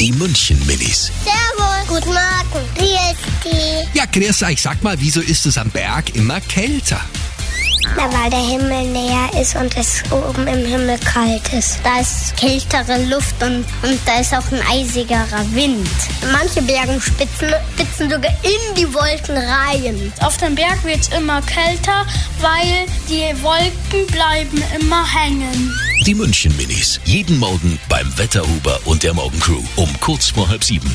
Die München Minis. Servus. Guten Morgen. Wie ist die? Ja, grüß euch. Sag mal, wieso ist es am Berg immer kälter? Na, weil der Himmel näher ist und es oben im Himmel kalt ist. Da ist kältere Luft und, und da ist auch ein eisigerer Wind. Manche Bergenspitzen spitzen sogar in die Wolken rein. Auf dem Berg wird es immer kälter, weil die Wolken bleiben immer hängen. Die München Minis. Jeden Morgen beim Wetterhuber und der Morgencrew um kurz vor halb sieben.